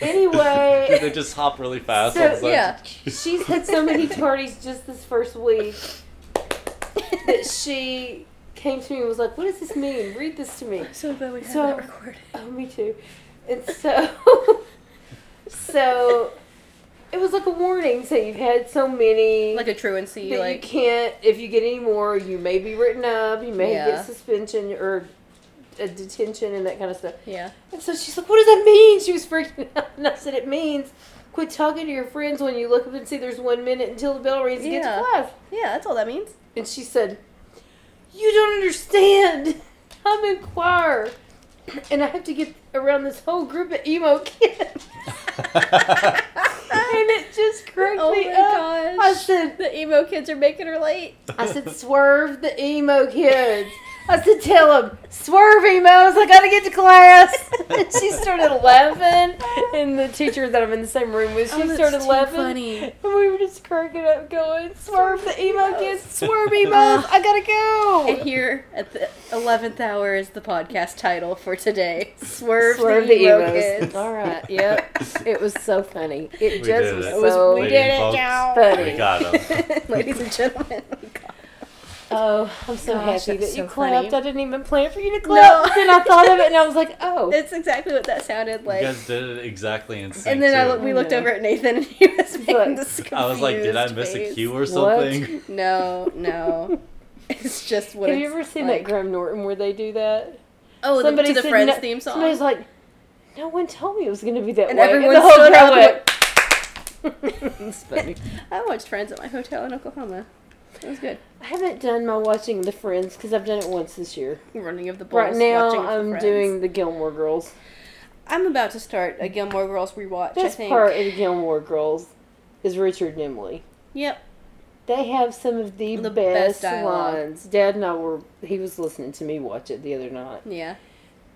Anyway. do they just hop really fast? So, It's like- yeah. She's had so many tardies just this first week that she came to me and was like, What does this mean? Read this to me. so glad we have So- that recorded. Oh, me too. And so, so it was like a warning. So you've had so many. Like a truancy, that like you can't if you get any more you may be written up you may Yeah. get suspension or a detention and that kind of stuff yeah. and so she's like what does that mean she was freaking out and i said it means quit talking to your friends when you look up and see there's one minute until the bell rings and get Yeah. to class Yeah, that's all that means. and she said you don't understand i'm in choir and i have to get around this whole group of emo kids and it just cracked Oh me my up gosh. i said the emo kids are making her late. I said, swerve the emo kids. I said, tell them, swerve emos, I gotta get to class. And she started laughing, and the teacher that I'm in the same room with, she Oh, that's started too laughing. funny. And we were just cracking up, going, swerve the emo kids, swerve Uh, emos, I gotta And go. here at the eleventh hour is the podcast title for today. Swerve, Swerve the, the emo emos. kids. All right, yep. It was so funny. It We just did was it. so It was- we Ladies did it, and folks, y'all. funny. We got 'em. Ladies and gentlemen. we got- Oh, I'm so Gosh, happy that's that you so clapped. funny. I didn't even plan for you to clap. Then I thought of it, and I was like, oh. It's exactly what that sounded you like. guys did it exactly in sync. and then I too. look, we I looked know. over at Nathan and he was making Look. this confused I was like, did I miss face. a cue or What? something? No, no. it's just what Have you it's ever seen like. that Graham Norton where they do that? Oh, the, to the said Friends no- theme song. Somebody's like, no one told me it was going to be that and way. everyone the whole stood crowd up went, and went, I watched Friends at my hotel in Oklahoma. It was good. I haven't done my watching the Friends because I've done it once this year. Running of the Bulls. right now, watching the I'm Friends. doing the Gilmore Girls. I'm about to start a Gilmore Girls rewatch. I Best think. part of the Gilmore Girls is Richard Nimley. Yep. They have some of the, The best best, dialogue. lines. Dad and I were he was listening to me watch it the other night, Yeah.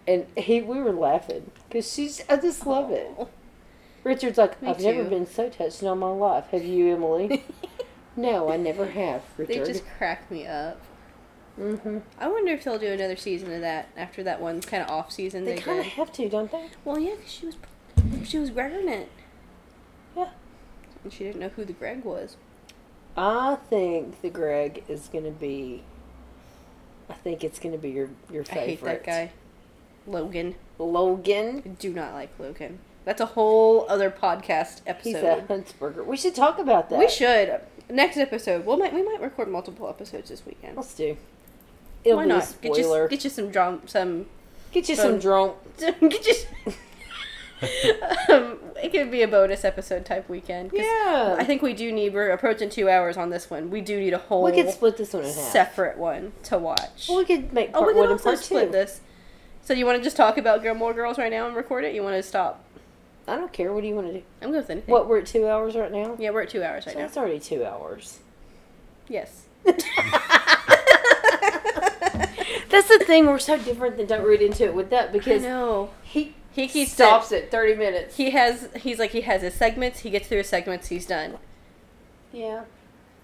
and he we were laughing because she's I just love it. Aw. Richard's like, Me I've never too. been so touched in all my life. Have you, Emily? no, I never have, They Richard. just crack me up. hmm I wonder if they'll do another season of that after that one kind of off season They they, kind of did. have to, don't they? Well, yeah, 'cause she was she was pregnant. Yeah. and she didn't know who the Greg was. I think the Greg is gonna be. I think it's gonna be your your I hate favorite. that guy. Logan. Logan. I do not like Logan. That's a whole other podcast He's a episode. Huntsburger. We should talk about that. We should. Next episode. We might we might record multiple episodes this weekend. Let's do. It'll Why be not? a spoiler. Get you get you some drum some Get you um, some drunk. get you um, it could be a bonus episode type weekend. 'cause Yeah. I think we do need we're approaching two hours on this one. We do need a whole we could split this one in half. separate one to watch. Well, we could make part oh, we one could and also part split two. this. So you want to just talk about Gilmore Girls right now and record it? You want to stop? I don't care. What do you want to do? I'm good with anything. What we're at two hours right now. Yeah, we're at two hours right so now. that's already two hours. Yes. That's the thing. We're so different than don't read into it with that because no. he He he keeps stops stops. at thirty minutes. He has. He's like he has his segments. He gets through his segments. He's done. Yeah.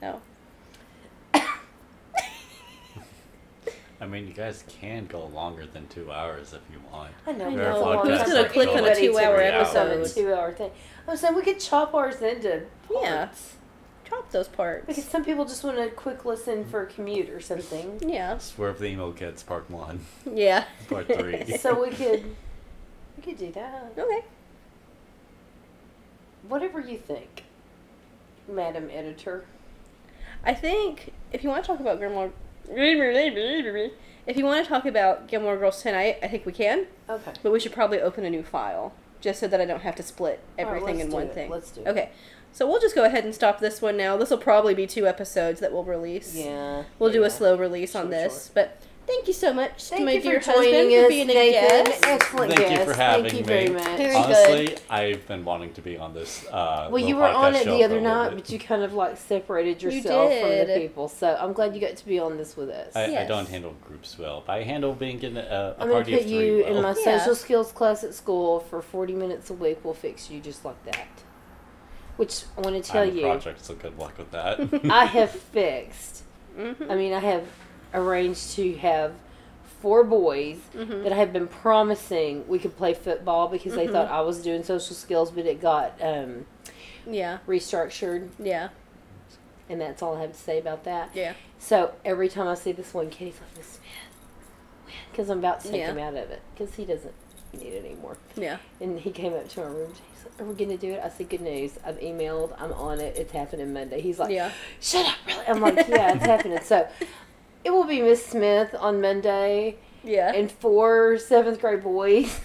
No. I mean, you guys can go longer than two hours if you want. I know. I it's know. a long Who's time gonna for click on a anybody to two-hour read up on a episode? two-hour thing. I'm saying we could chop ours into Yeah. parts. Chop those parts. Because some people just want a quick listen for a commute or something. yeah. Swerve the emo kids, part one, Yeah. part three. so we could we could do that. Okay. Whatever you think, Madam Editor. I think if you want to talk about Gilmore, if you want to talk about Gilmore Girls tonight, I think we can. Okay. But we should probably open a new file just so that I don't have to split All right, everything let's in do one it. thing. Let's do it. Okay. So we'll just go ahead and stop this one now. This will probably be two episodes that we'll release. Yeah. We'll do yeah. a slow release on Sure, this. But thank you so much to Thank my you dear for husband joining for us, being a Nathan. guest. Excellent Thank you guest. for having Thank you me. very much. Very Honestly, good. I've been wanting to be on this. Uh, Well, you little were on podcast it show the other for a little night, bit. but you kind of like separated yourself from the did. people. So I'm glad you got to be on this with us. I, I Yes. don't handle groups well, but I handle being in a, a I'm gonna party put of three you in my well. Yeah. social skills class at school for 40 minutes a week. We'll fix you just like that. Which I want to tell I'm a you, project, so good luck with that. I have fixed. Mhm. I mean, I have arranged to have four boys Mm-hmm. that I have been promising we could play football because they thought Mm-hmm. I was doing social skills, but it got um, Yeah. restructured, Yeah. and that's all I have to say about that. Yeah. So every time I see this one kid, he's like, "Miss Smith," because I'm about to take Yeah. him out of it because he doesn't need it anymore. Yeah. And he came up to my room. He's like, "Are we gonna do it?" I said, "Good news. I've emailed. I'm on it. It's happening Monday." He's like, Yeah. "Shut up, really." I'm like, "Yeah, it's happening." So it will be Miss Smith on Monday Yeah. and four seventh grade boys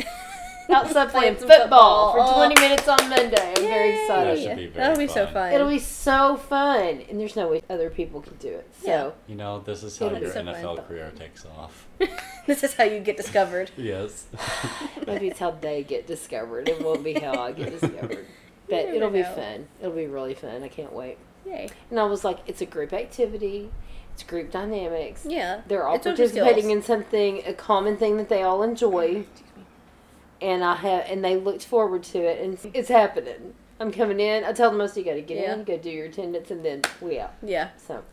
outside playing Playing some football, Oh. football. Oh, for 20 minutes on Monday. I'm very Yay. excited. That should be very That'll be so fun. fun. It'll be so fun, and there's no way other people can do it. So. Yeah. you know, this is how Yeah, your so fun. NFL career takes off. this is how you get discovered. Yes. Maybe it's how they get discovered. It won't be how I get discovered. But never it'll be know. fun. It'll be really fun. I can't wait. Yay. And I was like, it's a group activity, it's group dynamics. Yeah. They're all It's social participating skills. in something, a common thing that they all enjoy. And I have, and they looked forward to it, and it's happening. I'm coming in. I tell them most of you got to get Yeah. in, go do your attendance, and then we out. Yeah. So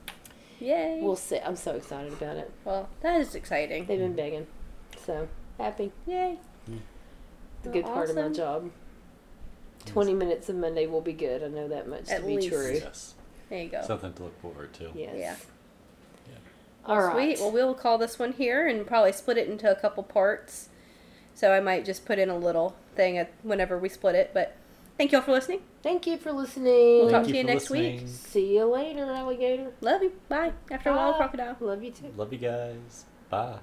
Yay. we'll see. I'm so excited about it. Well, that is exciting. They've been begging, so happy. Yay. The good part of my Oh, Awesome. job. 20 minutes of Monday will be good. I know that much At to be least. true. yes. There you go. Something to look forward to. Yes. Yeah. All right. Sweet. Well, we'll call this one here and probably split it into a couple parts. So I might just put in a little thing at whenever we split it. But thank y'all for listening. Thank you for listening. Talk Thank to you for next week. listening. See you later, alligator. Love you. Bye. After a while, Bye. crocodile. Love you too. Love you guys. Bye.